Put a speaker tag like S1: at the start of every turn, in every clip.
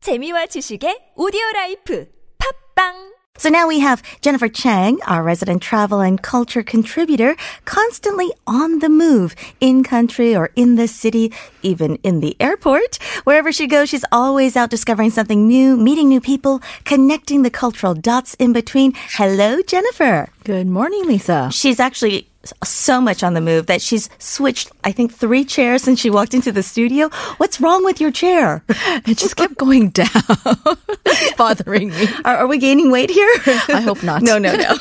S1: 재미와 지식의 오디오 라이프 팝빵
S2: So now we have Jennifer Chang, our resident travel and culture contributor, constantly on the move, in country or in the city, even in the airport. Wherever she goes, she's always out discovering something new, meeting new people, connecting the cultural dots in between. Hello, Jennifer.
S3: Good morning, Lisa.
S2: She's actually so much on the move that she's switched, I think, three chairs since she walked into the studio. What's wrong with your chair?
S3: It just kept going down, It's bothering me.
S2: Are, are we gaining weight here?
S3: I hope not.
S2: no, no, no.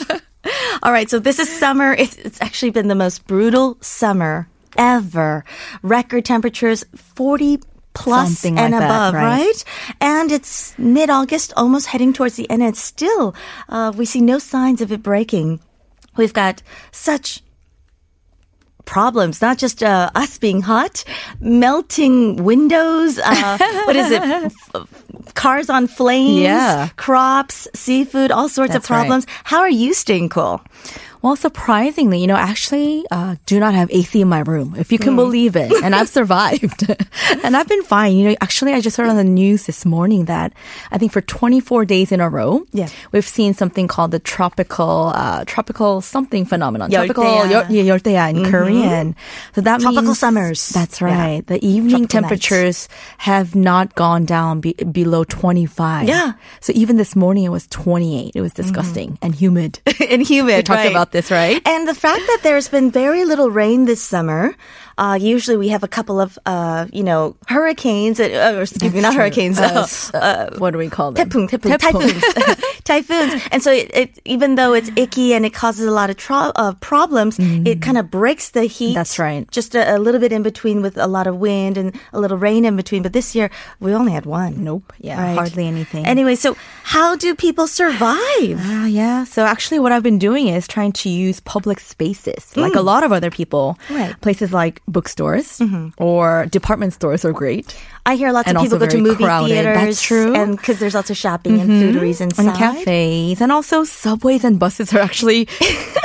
S2: All right, so this is summer. It's, it's actually been the most brutal summer ever. Record temperatures 40 plus
S3: Something
S2: and
S3: like that,
S2: above,
S3: right.
S2: right? And it's mid August, almost heading towards the end, and still uh, we see no signs of it breaking. We've got such problems, not just uh, us being hot, melting windows. Uh, what is it? F- Cars on flames,
S3: Yeah.
S2: crops, seafood, all sorts of
S3: That's right.
S2: problems. How are you staying cool?
S3: Well, surprisingly, you know, I actually uh, do not have AC in my room, if you can
S2: Hmm.
S3: believe it. And I've survived. and I've been fine. You know, actually, I just heard on the news this morning that I think for 24 days in a row,
S2: Yeah.
S3: we've seen something called the tropical, uh, tropical something phenomenon. Tropical,
S2: 열대야.
S3: 열- yeah, 열대야 in Korean. So that
S2: Mm-hmm. Tropical
S3: means-
S2: summers.
S3: That's
S2: Yeah.
S3: right. The evening
S2: Tropical nights.
S3: temperatures have not gone down be- below 25.
S2: Yeah. Mm-hmm.
S3: So even this morning, it was 28. It was disgusting and humid.
S2: and humid.
S3: We talked
S2: right.
S3: about this, right?
S2: And the fact that there's been very little rain this summer. Uh, usually we have a couple of, uh, you know, hurricanes, uh, uh, or excuse me, not
S3: That's true.
S2: hurricanes,
S3: Uh,
S2: uh,
S3: s- uh, what do we call them?
S2: Taepung, taepung, typhoons, typhoons, and so it, it, even though it's icky and it causes a lot of tro- uh, problems, it kind of breaks the heat.
S3: Mm-hmm. That's right.
S2: Just a, a little bit in between with a lot of wind and a little rain in between. But this year we only had one.
S3: Nope. Yeah,
S2: Right.
S3: hardly anything.
S2: Anyway, so how do people survive?
S3: Ah, yeah. So actually, what I've been doing is trying to use public spaces, like a lot of other people.
S2: Mm. Right. Mm-hmm.
S3: Places like bookstores or department stores are great.
S2: I hear lots
S3: And
S2: of people
S3: also
S2: go to
S3: very
S2: movie
S3: crowded.
S2: theaters.
S3: That's true. Mm-hmm.
S2: and because there's lots of shopping and fooderies inside.
S3: And cafes, and also subways and buses are actually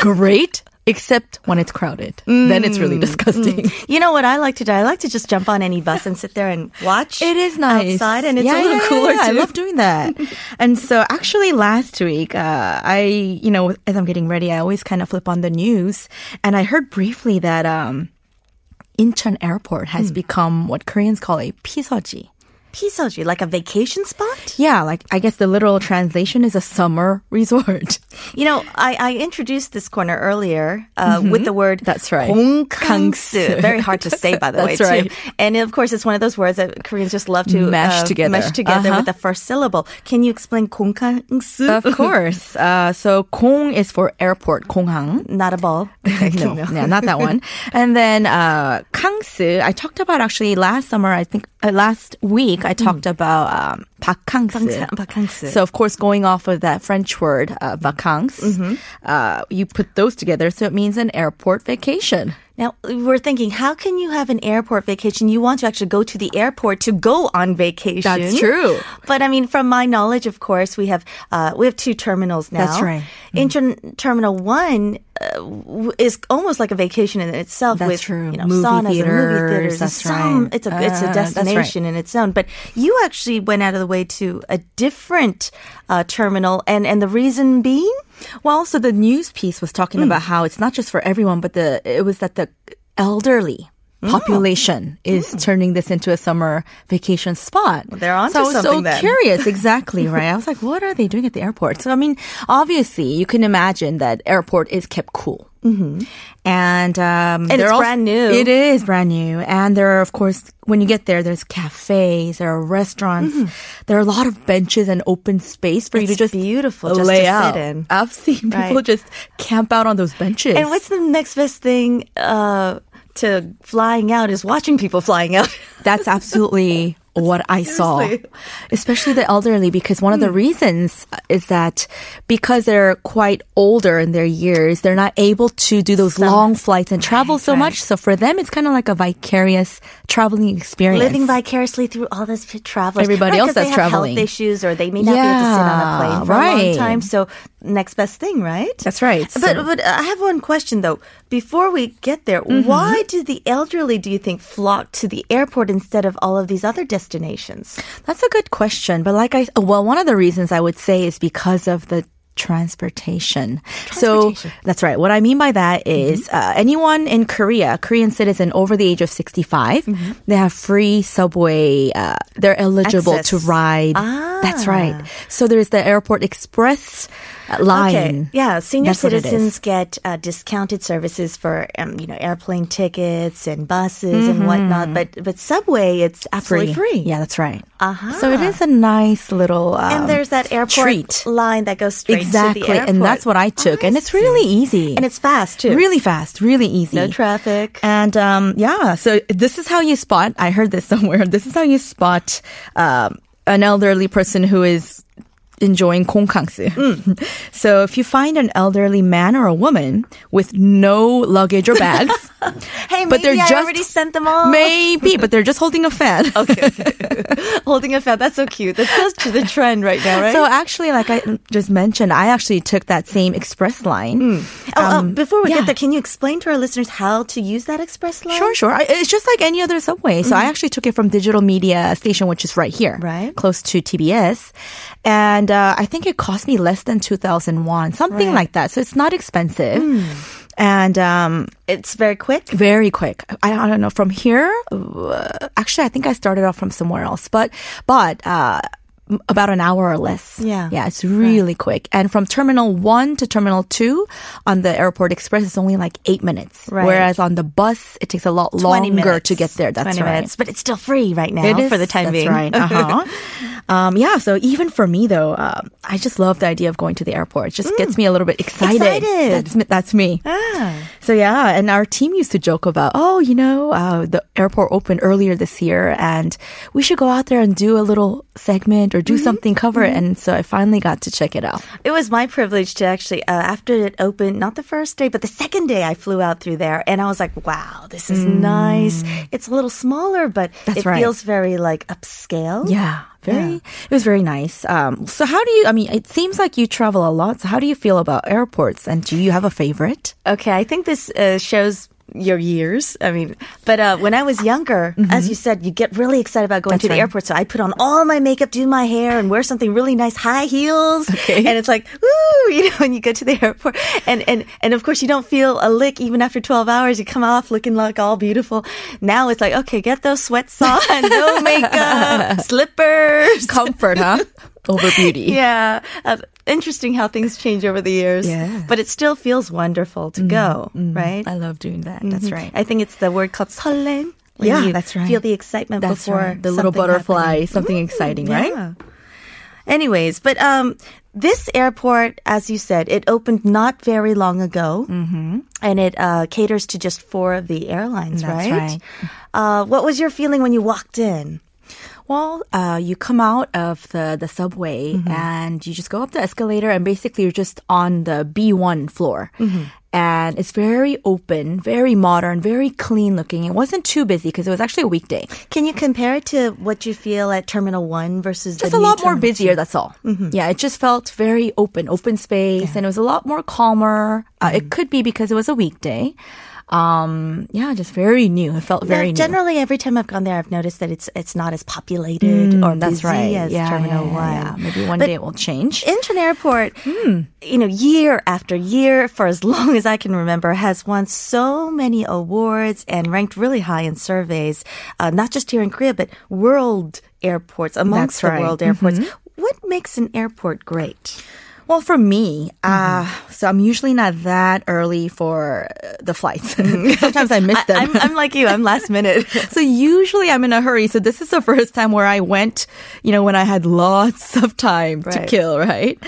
S3: great, except when it's crowded. Then it's
S2: Mm.
S3: really disgusting.
S2: You know what I like to do? I like to just jump on any bus and sit there and watch.
S3: It is nice
S2: outside, and it's a
S3: Yeah,
S2: little
S3: yeah, yeah,
S2: cooler
S3: yeah. I
S2: too.
S3: love doing that. and so, actually, last week, uh, I you know, as I'm getting ready, I always kind of flip on the news, and I heard briefly that um, Incheon Airport
S2: Hmm.
S3: has become what Koreans call a pisoji.
S2: Pisoji, like a vacation spot.
S3: Yeah, like I guess the literal translation is a summer resort.
S2: You know, I, I introduced this corner earlier uh, with the word
S3: Mm-hmm. That's right.
S2: "홍강스." Very hard to say, by the way,
S3: That's
S2: too.
S3: right.
S2: And of course, it's one of those words that Koreans just love to uh,
S3: Mash together.
S2: Mesh together
S3: Uh-huh.
S2: with the first syllable. Can you explain "홍강스"?
S3: of course. Uh, so, Kong is for airport, Konghang.
S2: Not a ball.
S3: no, yeah, not that one. And then uh, Kangsu, I talked about actually last summer. I think uh, last week I talked about um,
S2: 박항스,
S3: 박항스.
S2: 박항스.
S3: So of course, going off of that French word uh, vacances, uh, you put those together, so it means an airport vacation.
S2: Now we're thinking, how can you have an airport vacation? You want to actually go to the airport to go on vacation.
S3: That's true.
S2: But I mean, from my knowledge, of course, we have uh, we have two terminals now.
S3: That's right. Mm-hmm.
S2: Intern- terminal one uh, w- is almost like a vacation in itself. with,
S3: That's true.
S2: You know,
S3: Movie
S2: saunas and movie
S3: theaters,
S2: theaters.
S3: that's
S2: it's, some,
S3: right.
S2: it's a it's a
S3: Uh, that's right.
S2: destination in its own. But you actually went out of the way to a different uh, terminal, and and the reason being.
S3: Well, so the news piece was talking
S2: Mm.
S3: about how it's not just for everyone, but the it was that the elderly
S2: Mm.
S3: population is turning this into a summer vacation spot.
S2: they're onto
S3: so I was so
S2: something then.
S3: curious, exactly right. I was like, what are they doing at the airport? So I mean, obviously, you can imagine that airport is kept cool. Mm-hmm. And
S2: And
S3: um, they're
S2: it's
S3: als-
S2: brand new.
S3: It is brand new, and there are of course when you get there, there's cafes, there are restaurants, there are a lot of benches and open space for you to
S2: Mm-hmm. It's
S3: just
S2: beautiful just to
S3: lay
S2: sit
S3: out.
S2: in.
S3: I've seen people
S2: Right.
S3: just camp out on those benches.
S2: And what's the next best thing uh, to flying out is watching people flying out.
S3: That's absolutely what I saw,
S2: Seriously. Hmm.
S3: especially the elderly, because one of the reasons is that because they're quite older in their years, they're not able to do those long flights and travel so much. So for them, it's kind of like a vicarious traveling experience.
S2: Living vicariously through all those travelers.
S3: Everybody
S2: Right,
S3: else
S2: 'cause they
S3: that's
S2: have
S3: traveling.
S2: health issues or they may not be able to sit on a
S3: Yeah,
S2: plane for a long
S3: right.
S2: time. So next best thing, right?
S3: That's right.
S2: But but I have one question though. Before we get there,
S3: Mm-hmm.
S2: why do the elderly do you think flock to the airport instead of all of these other destinations?
S3: That's a good question. But like I, well, one of the reasons I would say is because of the transportation. So
S2: Transportation. Mm-hmm.
S3: that's right. What I mean by that is, uh, anyone in Korea, Korean citizen over the age of 65,
S2: Mm-hmm.
S3: they have free subway. Uh, they're eligible
S2: Access. Ah.
S3: to ride. That's right. So there's the airport express uh, line.
S2: Yeah, senior
S3: That's what it
S2: citizens get uh, discounted services for um, you know airplane tickets and buses and
S3: Mm-hmm.
S2: whatnot, but but subway it's absolutely free.
S3: Yeah, that's right. Uh-huh. So it is a nice little. Um,
S2: And there's that airport
S3: treat.
S2: line that goes straight
S3: Exactly.
S2: to the airport.
S3: And that's what I took. and it's really easy.
S2: and it's fast too.
S3: Really fast, really easy.
S2: no traffic.
S3: And um, yeah, so this is how you spot. I heard this somewhere. This is how you spot um, an elderly person who is enjoying kongkangsu. So if you find an elderly man or a woman with no luggage or bags,
S2: Hey,
S3: but they're
S2: maybe I
S3: just-
S2: already sent them all.
S3: maybe, but they're just holding a fan.
S2: Holding a fan. That's so cute. That's such the trend right now, right?
S3: So actually, like I just mentioned, I actually took that same express line.
S2: Oh, uh, before we
S3: Um, yeah.
S2: get there, can you explain to our listeners how to use that express line?
S3: Sure, sure. I, it's just like any other subway. So I actually took it from Digital Media Station, which is right here,
S2: Right.
S3: close to TBS, and uh, I think it cost me less than two thousand won, something like that. So it's not expensive, and um,
S2: It's very quick.
S3: very quick. I, I don't know from here. uh, actually, I think I started off from somewhere else, but but. Uh, m- about an hour or less.
S2: Yeah.
S3: Yeah, it's really quick. And from Terminal 1 to Terminal 2 on the Airport Express, it's only like eight minutes.
S2: Right.
S3: Whereas on the bus, it takes a lot
S2: 20
S3: longer to get there. That's
S2: 20
S3: right.
S2: minutes, but it's still free right now
S3: It is,
S2: for the time
S3: that's
S2: being.
S3: right. Uh-huh. um, yeah, so even for me, though, um, I just love the idea of going to the airport. It just gets me a little bit excited.
S2: Mm. Excited.
S3: That's me. That's me.
S2: Ah.
S3: So yeah, and our team used to joke about, oh, you know, uh, the airport opened earlier this year, and we should go out there and do a little segment or do something, cover it. And so I finally got to check it out.
S2: It was my privilege to actually, uh, after it opened, not the first day, but the second day, I flew out through there and I was like, wow, this is nice. It's a little smaller, but
S3: Mm. That's
S2: it
S3: right.
S2: feels very like upscale.
S3: Yeah. Very, it was very nice. Um, so how do you, I mean, it seems like you travel a lot. So how do you feel about airports and do you have a favorite?
S2: Okay, I think this uh, shows your years. I mean, but uh, when I was younger, as you said, you get really excited about going
S3: Mm-hmm. That's
S2: to the
S3: right.
S2: airport. So I put on all my makeup, do my hair, and wear something really nice, high heels.
S3: Okay.
S2: And it's like, ooh, you know, when you go to the airport, and and and of course you don't feel a lick even after twelve hours. You come off looking like all beautiful. Now it's like, okay, get those sweats on, no makeup, slippers.
S3: Comfort, huh? Over beauty.
S2: Yeah. Uh, interesting how things change over the years.
S3: Yeah. Mm-hmm.
S2: But it still feels wonderful to go, right?
S3: I love doing that. That's right.
S2: I think it's the word called 설렘. when
S3: Mm-hmm. Yeah,
S2: you
S3: that's right.
S2: Feel the excitement
S3: That's
S2: before
S3: right. The little
S2: something
S3: butterfly,
S2: happening.
S3: something Mm-hmm. exciting, right?
S2: Yeah. Anyways, but um, this airport, as you said, it opened not very long ago, mm-hmm. and it uh, caters to just four of the airlines,
S3: That's
S2: right? Uh, what was your feeling when you walked in?
S3: Well, uh, you come out of the, the subway
S2: Mm-hmm.
S3: and you just go up the escalator, and basically you're just on the B1 floor.
S2: Mm-hmm.
S3: And it's very open, very modern, very clean looking. It wasn't too busy because it was actually a weekday.
S2: Can you compare it to what you feel at Terminal One versus
S3: Just
S2: the
S3: a
S2: new
S3: lot more
S2: Terminal
S3: busier, that's all.
S2: Mm-hmm.
S3: Yeah, it just felt very open, open space, and it was a lot more calmer. Uh,
S2: Mm-hmm.
S3: it could be because it was a weekday. Um, yeah, just very new. It felt
S2: Now,
S3: very new.
S2: generally, every time I've gone there, I've noticed that it's it's not as populated or
S3: Mm, That's
S2: busy
S3: right.
S2: as Terminal One.
S3: Maybe one
S2: But
S3: day it will change.
S2: Incheon Airport,
S3: Hmm.
S2: you know, year after year, for as long as I can remember, has won so many awards and ranked really high in surveys, uh, not just here in Korea, but world airports, amongst
S3: That's
S2: the
S3: right. Mm-hmm.
S2: world airports. What makes an airport great?
S3: Well, for me, uh,
S2: Mm-hmm.
S3: so I'm usually not that early for uh, the flights. Sometimes I miss them.
S2: Mm-hmm. I'm, I'm like you, I'm last minute.
S3: so usually I'm in a hurry. So this is the first time where I went, you know, when I had lots of time to
S2: Right.
S3: kill, right?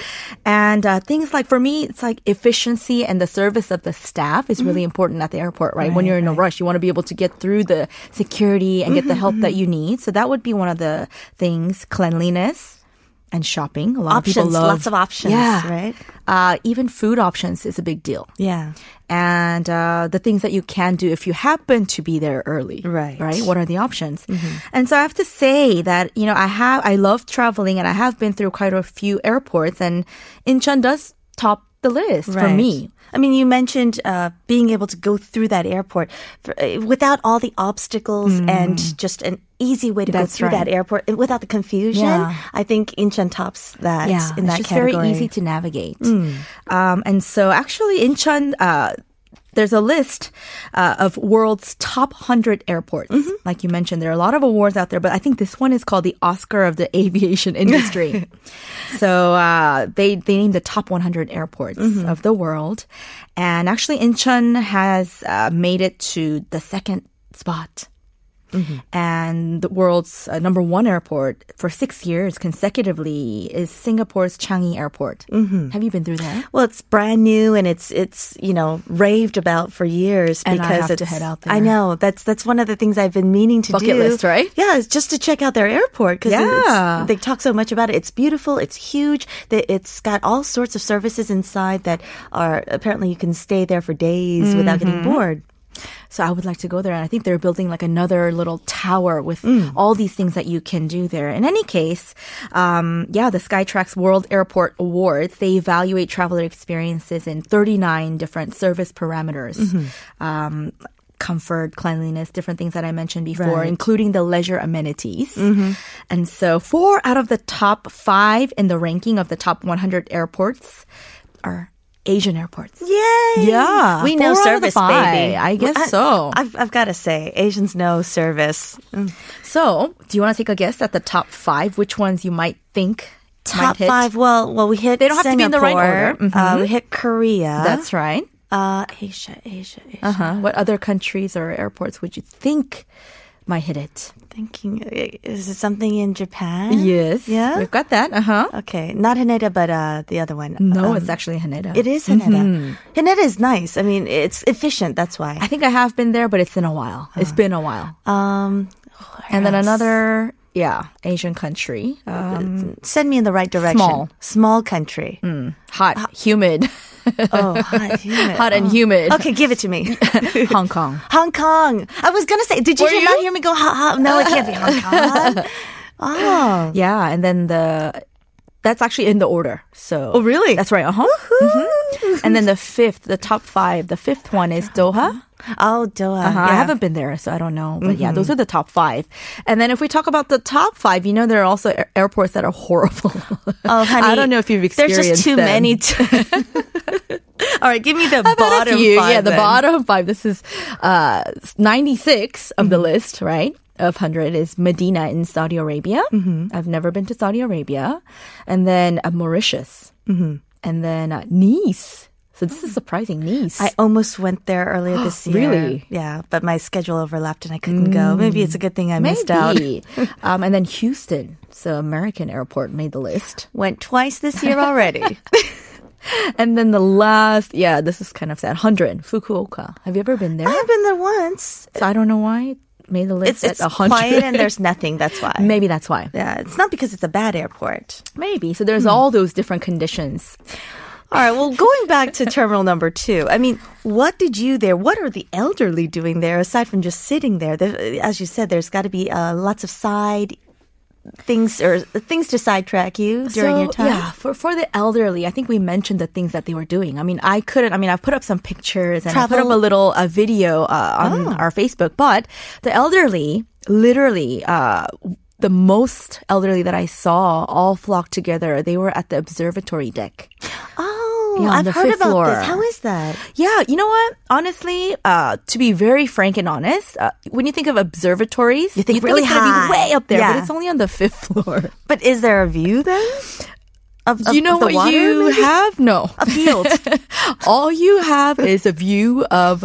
S3: And uh, things like for me, it's like efficiency and the service of the staff is
S2: Mm-hmm.
S3: really important at the airport, right? when you're in a rush, you want to be able to get through the security and get
S2: Mm-hmm,
S3: the help that you need. So that would be one of the things: cleanliness. And shopping, a lot of
S2: Options,
S3: people love
S2: lots of options,
S3: Yeah,
S2: right?
S3: Uh, even food options is a big deal
S2: Yeah.
S3: and uh, the things that you can do if you happen to be there early.
S2: Right. Mm-hmm.
S3: Right. What are the options? And so I have to say that you know I have I love traveling and I have been through quite a few airports and Incheon does top the list for
S2: Right.
S3: me.
S2: I mean, you mentioned uh, being able to go through that airport for, uh, without all the obstacles and just an easy way to
S3: Mm. That's
S2: go through
S3: right.
S2: that airport and without the confusion.
S3: Yeah.
S2: I think Incheon tops that in
S3: it's
S2: that
S3: just
S2: category.
S3: very easy to navigate. Um, and so actually Incheon, uh, there's a list uh, of world's top 100 airports. Like you mentioned, there are a lot of awards out there, but I think this one is called the Oscar of the aviation industry. so uh, they, they named the top 100 airports of the world. And actually, Incheon has uh, made it to the second spot and the world's uh, number one airport for six years consecutively is Singapore's Changi Airport. Mm-hmm. Have you been through that?
S2: Well, it's brand new and it's it's you know raved about for years
S3: And I
S2: because
S3: have to
S2: it's,
S3: head out
S2: I
S3: there.
S2: know that's that's one of the things I've been meaning to do.
S3: Bucket list, right?
S2: Yeah, it's just to check out their airport because
S3: Yeah.
S2: they talk so much about it. It's beautiful. It's huge. That it's got all sorts of services inside that are apparently you can stay there for days without getting
S3: Mm-hmm.
S2: bored.
S3: So I would like to go there, and I think they're building like another little tower with all these things that you can do there. In any case, um, yeah, the Skytrax World Airport Awards they evaluate traveler experiences in 39 different service parameters. Um, Comfort, cleanliness, different things that I mentioned before,
S2: Right.
S3: including the leisure amenities. And so, four out of the top five in the ranking of the top 100 airports are Asian airports.
S2: Yay!
S3: Yeah,
S2: we know
S3: four out of the
S2: service, baby.
S3: five. I guess
S2: I-
S3: so.
S2: I've, I've got to say, Asians know service.
S3: So, do you want to take a guess at the top five? Which ones you might think might
S2: Top
S3: hit?
S2: five. Well, well, we hit.
S3: They don't have to be in the right
S2: Singapore.
S3: order. Mm-hmm.
S2: Uh, we hit Korea.
S3: That's right.
S2: Uh, Asia, Asia, Asia.
S3: Uh huh. What other countries or airports would you think might hit it?
S2: Thinking, i- is it something in Japan?
S3: Yes.
S2: Yeah?
S3: We've got that. Uh huh.
S2: Okay, not Haneda, but uh, the other one.
S3: No,
S2: Um,
S3: it's actually Haneda.
S2: it is Haneda. Haneda is nice. I mean, it's efficient. That's why.
S3: I think I have been there, but it's in a while.
S2: Uh-huh.
S3: It's been a while.
S2: Um,
S3: and then another, yeah, Asian country.
S2: Uh,
S3: Um,
S2: send me in the right direction.
S3: Small. Mm.
S2: small country. uh,
S3: hot, humid,
S2: Oh, hot, humid.
S3: hot and humid.
S2: uh, Okay, give it to me.
S3: Hong Kong.
S2: Hong Kong. I was gonna say, did you,
S3: Were
S2: hear-
S3: you?
S2: not hear me go? Ha ha. No, it can't be Hong Kong. Oh,
S3: Yeah, and then the that's actually in the order. So
S2: Oh, really?
S3: That's right. Uh huh. And then the fifth, the top five, the fifth one is Doha.
S2: oh, Doha.
S3: Uh-huh. I
S2: Yeah. Mm-hmm.
S3: haven't been there, so I don't know. But yeah, those are the top five. And then if we talk about the top five, you know there are also air- airports that are horrible.
S2: Oh, honey.
S3: I don't know if you've
S2: There's just
S3: experienced.
S2: too
S3: them.
S2: many. to- All right, give me the
S3: But
S2: bottom
S3: if you-
S2: five.
S3: Yeah, the
S2: then.
S3: bottom five. This is uh, 96 of the
S2: Mm-hmm.
S3: list, right? Of 100 is Medina in Saudi Arabia.
S2: Mm-hmm.
S3: I've never been to Saudi Arabia. And then uh, Mauritius.
S2: Mm-hmm.
S3: And then uh, Nice. So this is surprising. Nice.
S2: I almost went there earlier this year.
S3: Really?
S2: Yeah, but my schedule overlapped and I couldn't go. Maybe it's a good thing I missed out.
S3: Maybe. um, and then Houston. So American airport made the list.
S2: Went twice this year already.
S3: And then the last, yeah, this is kind of sad. 100, Fukuoka. Have you ever been there?
S2: I've been there once.
S3: so I don't know why it made the list
S2: It's it's
S3: at 100.
S2: quiet and there's nothing. That's why.
S3: Maybe that's why.
S2: Yeah, it's not because it's a bad airport.
S3: Maybe. So there's all those different conditions.
S2: All right. Well, going back to terminal number two. I mean, what did you there? What are the elderly doing there aside from just sitting there? The, as you said, there's got to be uh, lots of side things or things to sidetrack you during your time.
S3: Yeah, for, for the elderly, I think we mentioned the things that they were doing. I mean, I couldn't, I mean, I put up some pictures and I put up
S2: Travel-
S3: a little uh, video uh, on our Facebook, but the elderly, literally, uh, the most elderly that I saw all flocked together. They were at the observatory deck.
S2: Oh,
S3: Yeah, on
S2: I've
S3: the
S2: heard
S3: fifth
S2: about
S3: floor.
S2: this. How is that?
S3: Yeah, you know what? Honestly, uh, to be very frank and honest, uh, when you think of observatories,
S2: You think really
S3: it's gonna
S2: high.
S3: be way up there, but
S2: Yeah.
S3: it's only on the fifth floor.
S2: But is there a view then? Of,
S3: Do you know
S2: the
S3: what
S2: water,
S3: you
S2: maybe?
S3: have? No.
S2: A field.
S3: All you have is a view of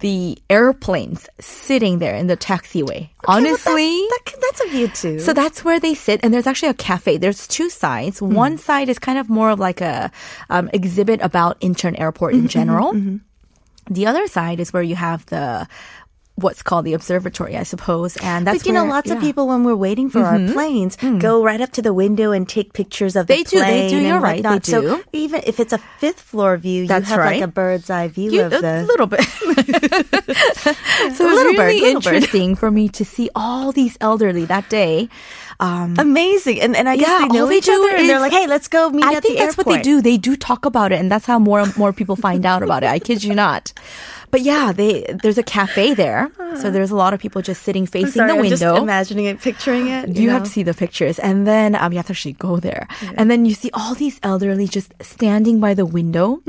S3: the airplanes sitting there in the taxiway. Honestly.
S2: that, that, that's a view too.
S3: so that's where they sit, and there's actually a cafe. There's two sides.
S2: Hmm.
S3: One side is kind of more of like a um, exhibit about Incheon Airport
S2: Mm-hmm,
S3: in general. The other side is where you have the what's called the observatory, I suppose, and
S2: but
S3: that's
S2: you know,
S3: where-
S2: lots of
S3: yeah. Mm-hmm. Mm.
S2: people when we're waiting for our planes go right up to the window and take pictures of
S3: They
S2: the
S3: do, they
S2: plane.
S3: do,
S2: and
S3: you're right, they
S2: whatnot.
S3: do.
S2: So even if it's a fifth floor view,
S3: That's
S2: you have
S3: right.
S2: like a bird's eye view
S3: You-
S2: of
S3: a
S2: the.
S3: little bit. so it was
S2: Little bird,
S3: really
S2: little bird.
S3: interesting for me to see all these elderly that day. Um,
S2: Amazing. And and I guess
S3: Yeah,
S2: Mm. they know
S3: all they
S2: each
S3: do
S2: other and they're
S3: is-
S2: like, hey, let's go meet
S3: I
S2: at
S3: think
S2: the
S3: that's
S2: airport.
S3: what they do. They do talk about it, and that's how more and more people find out about it. I kid you not. But yeah, they there's a cafe there, so there's a lot of people just
S2: Ah.
S3: sitting
S2: I'm
S3: facing
S2: sorry,
S3: the
S2: I'm
S3: window.
S2: just imagining it, picturing it.
S3: you have
S2: know?
S3: to see the pictures, and then um, you have to actually go there, and then you see all these elderly just standing by the window.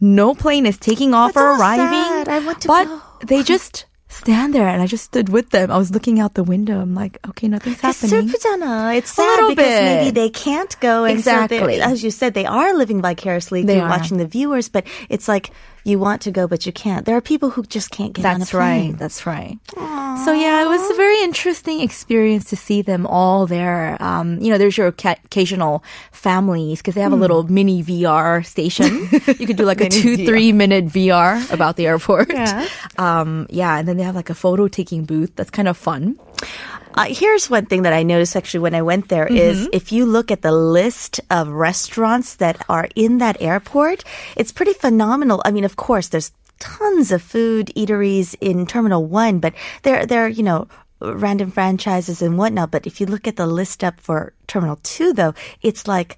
S3: No plane is taking off
S2: Mm. That's
S3: or
S2: so
S3: arriving.
S2: sad. I want to
S3: but
S2: go.
S3: they just stand there, and I just stood with them. I was looking out the window. I'm like, okay,
S2: It's
S3: nothing's happening.
S2: 슬프잖아. It's sad
S3: A little
S2: because
S3: bit.
S2: maybe they can't go. And so they-
S3: Exactly.
S2: as you said, they are living vicariously
S3: They
S2: through
S3: are.
S2: watching the viewers, but it's like you want to go, but you can't. There are people who just can't get on a
S3: That's right.
S2: plane.
S3: That's right. So yeah, it was a very interesting experience to see them all there. Um, you know, there's your ca- occasional families because they have a
S2: Hmm.
S3: little mini VR station. you could do like a two, three minute VR about the airport.
S2: Yeah.
S3: Um, yeah, and then they have like a photo taking booth. That's kind of fun.
S2: Uh, here's one thing that I noticed actually when I went there is
S3: Mm-hmm.
S2: if you look at the list of restaurants that are in that airport, it's pretty phenomenal. I mean, of course, there's tons of food eateries in Terminal One, but they're they're you know random franchises and whatnot. But if you look at the list up for Terminal Two, though, it's like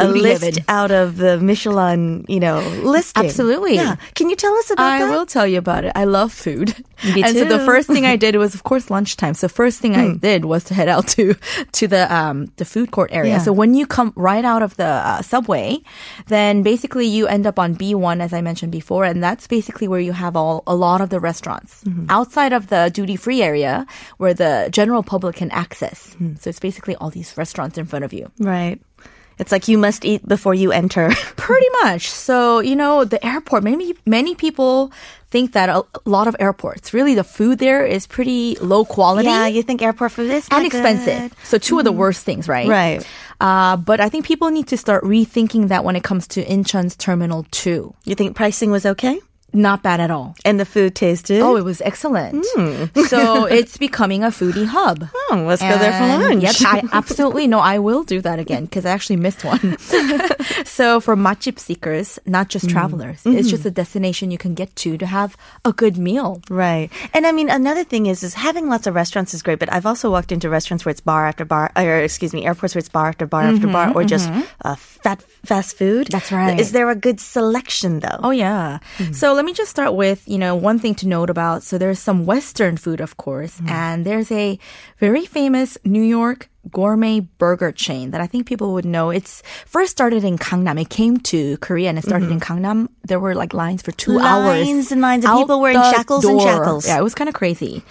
S2: a
S3: Foodie
S2: list
S3: heaven.
S2: out of the Michelin you know listing.
S3: Absolutely.
S2: Yeah. Can you tell us about
S3: I
S2: that?
S3: will tell you about it. I love food.
S2: Me
S3: and so the
S2: too. Hmm.
S3: first thing I did was of course lunchtime. So first thing I did was to head out to to the um the food court area.
S2: Yeah.
S3: So when you come right out of the uh, subway, then basically you end up on B1 as I mentioned before and that's basically where you have all a lot of the restaurants
S2: Mm-hmm.
S3: outside of the duty free area where the general public can access.
S2: Hmm.
S3: So it's basically all these restaurants in front of you.
S2: Right. It's like you must eat before you enter.
S3: Pretty much. So, you know, the airport, many, many people think that a lot of airports, really the food there is pretty low quality
S2: Yeah, you think airport food is
S3: and
S2: not good.
S3: expensive.
S2: Mm-hmm.
S3: So, two of the worst things, right?
S2: Right.
S3: Uh, but I think people need to start rethinking that when it comes to Incheon's Terminal 2.
S2: You think pricing was okay?
S3: Not bad at all.
S2: And the food tasted?
S3: Oh, it was excellent.
S2: Hmm.
S3: so it's becoming a foodie hub.
S2: Oh, let's go there for
S3: And,
S2: lunch.
S3: Yep, I absolutely know I will do that again because I actually missed one. so for matchip seekers, not just
S2: Mm.
S3: travelers, it's just a destination you can get to to have a good meal.
S2: right. And I mean, another thing is, is having lots of restaurants is great, but I've also walked into restaurants where it's bar after bar, uh, or excuse me, airports where it's bar after bar after bar, or just uh, fat, fast food.
S3: That's right.
S2: Is there a good selection though?
S3: Oh yeah.
S2: Mm-hmm.
S3: So let me just start with, you know, one thing to note about. So there's some western food of course,
S2: Mm-hmm.
S3: and there's a very famous New York gourmet burger chain that I think people would know. It's first started in Gangnam. It came to Korea and it started in Gangnam. There were like lines for 2 hours.
S2: Mm-hmm. Lines and lines of
S3: out
S2: people wearing
S3: the
S2: shackles and shackles.
S3: Yeah, it was kind of crazy.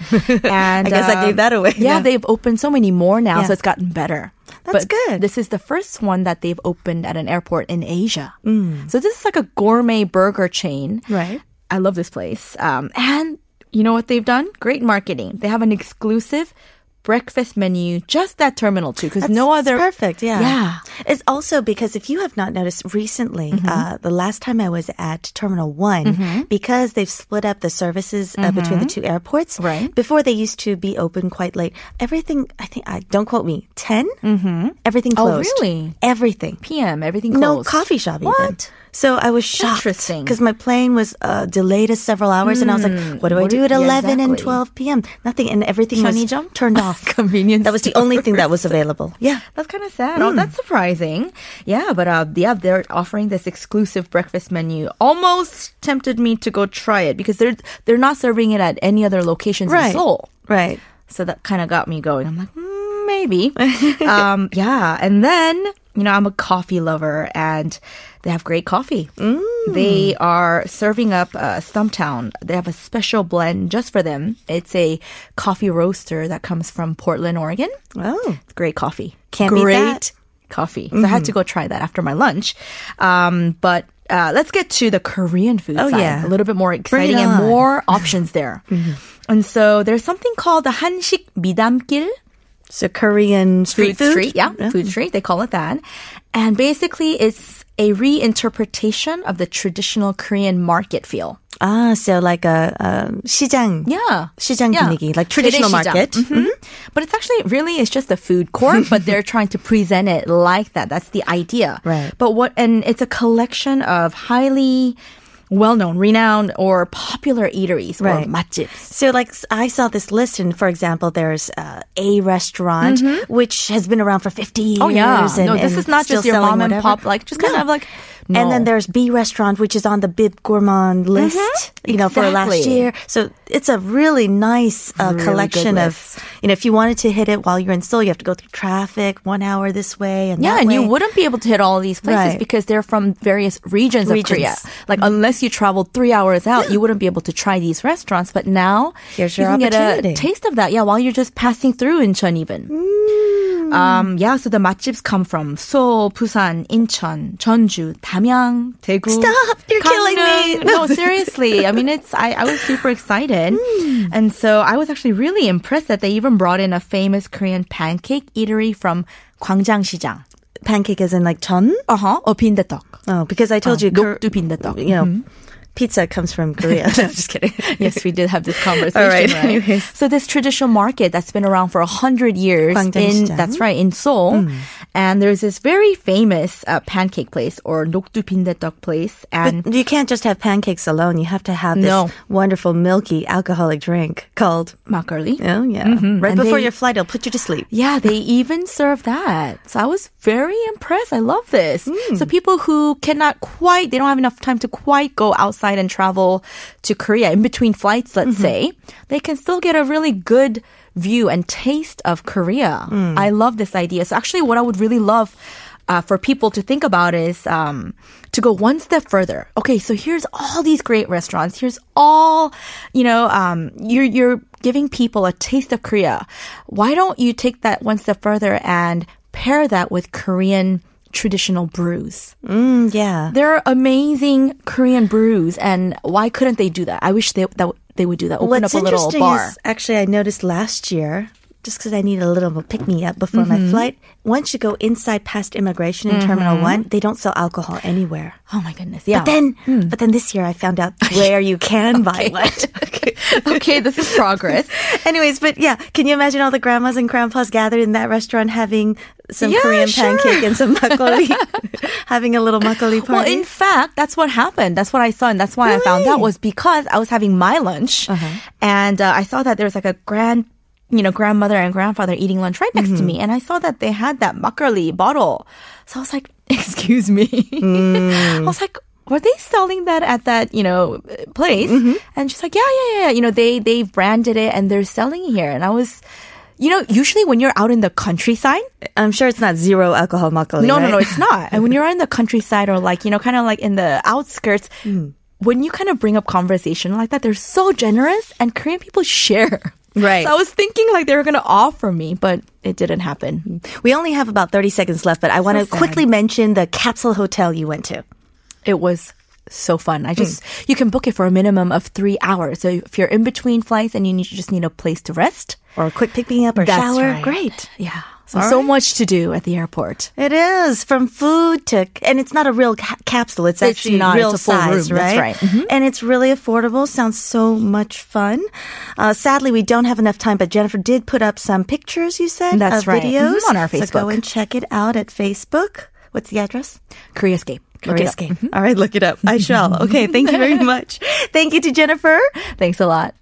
S3: And
S2: I guess I gave that away.
S3: Yeah,
S2: Yeah.
S3: they've opened so many more now,
S2: Yeah.
S3: so it's gotten better.
S2: That's
S3: But
S2: good.
S3: This is the first one that they've opened at an airport in Asia. So this is like a gourmet burger chain.
S2: Right.
S3: Mm. I love this place. Um, and you know what they've done? Great marketing. They have an exclusive breakfast menu just at Terminal 2 because no
S2: That's-
S3: other.
S2: it's perfect. Yeah,
S3: Yeah. Mm-hmm.
S2: It's also because if you have not noticed recently, uh, the last time I was at Terminal One, because they've split up the services uh, between the two airports.
S3: Mm-hmm. Right.
S2: Before they used to be open quite late. Everything, I think, I don't quote me, 10 Mm-hmm. Everything
S3: Oh,
S2: closed.
S3: really?
S2: Everything.
S3: PM, everything closed.
S2: No coffee shop
S3: What?
S2: even. So I was shocked
S3: Interesting. Mm.
S2: because my plane was uh, delayed a several hours, and I was like, "What do I
S3: what
S2: do
S3: do-
S2: at
S3: yeah,
S2: 11 and
S3: exactly.
S2: 12 p.m.?" Nothing, and everything was
S3: 편의점?
S2: turned off.
S3: Convenience
S2: That was the only thing that was available. Yeah.
S3: That's kind of sad. Oh, that's surprising. Yeah, but uh, yeah, they're offering this exclusive breakfast menu. Almost tempted me to go try it because they're they're not serving it at any other locations
S2: Right.
S3: in Seoul.
S2: Right.
S3: So that kind of got me going. I'm like, mm, maybe. um, yeah, and then you know I'm a coffee lover, and they have great coffee. They are serving up uh, Stumptown. They have a special blend just for them. It's a coffee roaster that comes from Portland, Oregon
S2: Oh.
S3: great coffee.
S2: Can't beat
S3: great
S2: that.
S3: coffee. So I
S2: Mm-hmm.
S3: had to go try that after my lunch. Um, but uh, let's get to the Korean food
S2: Oh,
S3: side.
S2: yeah.
S3: A little bit more
S2: Bring it
S3: exciting and
S2: on. Mm-hmm.
S3: more options there. And so there's something called the Hanshik Midamgil
S2: So Korean street Oh. food.
S3: street. Yeah, food street. They call it that. And basically, it's a reinterpretation of the traditional Korean market feel.
S2: Ah, so like a um, 시장.
S3: Yeah.
S2: 시장
S3: Yeah.
S2: 분위기, like traditional
S3: 시장.
S2: market.
S3: Mhm. But it's actually really it's just a food court, but they're trying to present it like that. That's the idea.
S2: Right.
S3: But what and it's a collection of highly well-known, renowned, or popular eateries
S2: Right.
S3: or matjibs.
S2: So, like, s- I saw this list, and for example, there's uh, a restaurant which has been around for 50 years.
S3: Mm-hmm. Oh yeah,
S2: and-
S3: no, this
S2: and
S3: is not
S2: still
S3: just your
S2: selling
S3: mom and
S2: whatever.
S3: pop. Like just kind
S2: No.
S3: of like.
S2: And then
S3: no. Mm-hmm.
S2: there's B restaurant, which is on the Bib Gourmand list, you know, for last
S3: Exactly.
S2: year. So it's a really nice uh,
S3: Really
S2: collection
S3: good
S2: of, you know, if you wanted to hit it while you're in Seoul, you have to go through traffic, one hour this way and
S3: Yeah,
S2: that
S3: and you
S2: way.
S3: wouldn't be able to hit all of these
S2: Right.
S3: places because they're from various regions, of Korea.
S2: Regions.
S3: Like unless you traveled three hours out, you wouldn't be able to try these restaurants. But now
S2: Here's
S3: you
S2: your
S3: can
S2: opportunity.
S3: get a taste of that. Yeah, while you're just passing through Incheon, even.
S2: Mm.
S3: Um, yeah, so the matjibs come from Seoul, Busan, Incheon, Jeonju, Damyang, Daegu.
S2: Stop! You're killing me.
S3: Gangneung. no, seriously. I mean, it's I, I was super excited,
S2: Mm.
S3: and so I was actually really impressed that they even brought in a famous Korean pancake eatery from Gwangjang-sijang.
S2: Pancake is in like chon?
S3: Uh huh. Or 빈대떡.
S2: Oh, because I told you, Kor-
S3: 녹두 빈대떡.
S2: you know, pizza comes from Korea. No, I'm just kidding.
S3: Yes, we did have this conversation.
S2: All right,
S3: right?
S2: anyways.
S3: So this traditional market that's been around for a hundred years in
S2: Gwangjang-sijang.
S3: that's right in Seoul,
S2: Hmm.
S3: and there's this very famous uh, pancake place or 녹두 빈대떡 place, and
S2: But you can't just have pancakes alone. You have to have this
S3: No.
S2: wonderful, milky, alcoholic drink called,
S3: 막걸리.
S2: oh, yeah. Right
S3: Mm-hmm. And
S2: before
S3: they-
S2: your flight, it'll put you to sleep.
S3: Yeah, they even serve that. So I was very impressed. I love this. So people who cannot quite, they don't have enough time to quite go outside and travel to Korea in between flights, let's say, they can still get a really good view and taste of Korea. I love this idea. So actually, what I would really love. Uh, for people to think about is um, to go one step further. Okay, so here's all these great restaurants. Here's all, you know, um, you're you're giving people a taste of Korea. Why don't you take that one step further and pair that with Korean traditional brews?
S2: Mm, yeah.
S3: There are amazing Korean brews, and why couldn't they do that? I wish they that they would do that. Open
S2: What's
S3: up a little
S2: interesting
S3: bar.
S2: is actually I noticed last year, just because I needed a little pick me up before
S3: Mm-hmm.
S2: my flight. Once you go inside past immigration in Terminal One, they don't sell alcohol anywhere.
S3: oh my goodness! Mm-hmm. Yeah. Hmm.
S2: But then, but then this year I found out where you can buy one.
S3: okay, this is progress.
S2: Anyways, but yeah, can you imagine all the grandmas and grandpas gathered in that restaurant having some
S3: Yeah,
S2: Korean
S3: sure.
S2: pancake and some makgeolli, having a little makgeolli party?
S3: Well, in fact, that's what happened. That's what I saw, and that's why I found out was because I was having my lunch, and uh, I saw that there was like a grand, you know, grandmother and grandfather eating lunch right next to me, and I saw that they had that makgeolli bottle. So I was like, "Excuse me," I was like. Were they selling that at that you know place? And she's like, yeah, yeah, yeah. You know, they they branded it and they're selling it here. And I was, you know, usually when you're out in the countryside,
S2: I'm sure it's not zero alcohol makgeolli.
S3: no,
S2: right?
S3: no, no, it's not. And when you're in the countryside or like, you know, kind of like in the outskirts, when you kind of bring up conversation like that, they're so generous and Korean people share.
S2: Right.
S3: So I was thinking like they were going to offer me, but it didn't happen.
S2: We only have about 30 seconds left, but I want to
S3: sad.
S2: quickly mention the capsule hotel you went to.
S3: It was so fun. I just, you can book it for a minimum of three hours. So if you're in between flights and you need, you just need a place to rest,
S2: Or a quick pick me up or
S3: That's
S2: shower.
S3: right.
S2: Great.
S3: yeah. So, so much to do at the airport.
S2: It is from food to, and it's not a real ca- capsule. It's
S3: It's
S2: actually
S3: not.
S2: real
S3: It's a full
S2: size,
S3: room. That's
S2: right?
S3: right. Mhm.
S2: And it's really affordable. Sounds so much fun. Uh, sadly, we don't have enough time, but Jennifer did put up some pictures. You said
S3: That's
S2: of
S3: right.
S2: videos
S3: Mhm, on our
S2: So go
S3: Facebook.
S2: and check it out at Facebook. What's the address?
S3: Korea Escape. Look it up. Mm-hmm.
S2: All right, look it up. I shall. Okay, thank you very much. Thank you to Jennifer.
S3: Thanks a lot.